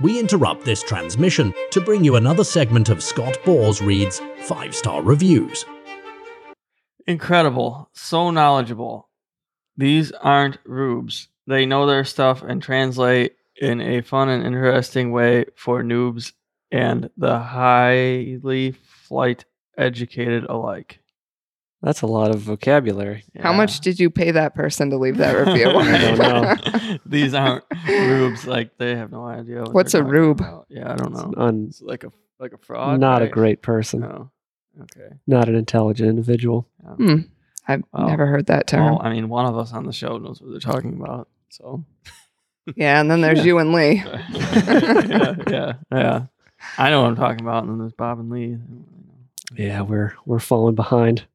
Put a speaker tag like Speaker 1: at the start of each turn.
Speaker 1: we interrupt this transmission to bring you another segment of Scott Bors Reads Five Star Reviews.
Speaker 2: Incredible. So knowledgeable. These aren't rubes. They know their stuff and translate in a fun and interesting way for noobs and the highly flight educated alike.
Speaker 3: That's a lot of vocabulary.
Speaker 4: How
Speaker 2: Yeah.
Speaker 4: much did you pay that person to leave that review?
Speaker 3: I don't know.
Speaker 2: These aren't rubes. Like they have no idea. What
Speaker 4: What's
Speaker 2: they're
Speaker 4: a
Speaker 2: talking
Speaker 4: rube?
Speaker 2: about. Yeah, I don't know.
Speaker 3: It's un-
Speaker 2: It's like a like a fraud.
Speaker 3: not a
Speaker 2: right?
Speaker 3: great person.
Speaker 2: No. Okay.
Speaker 3: Not an intelligent individual.
Speaker 2: yeah.
Speaker 4: Hmm, I've
Speaker 2: Wow.
Speaker 4: never heard that term.
Speaker 2: Well, I mean, one of us on the show knows what they're talking about. So.
Speaker 4: yeah, and then there's you and Lee.
Speaker 2: yeah, yeah, yeah. I know what I'm talking about. And then there's Bob and Lee.
Speaker 3: Yeah, we're we're falling behind.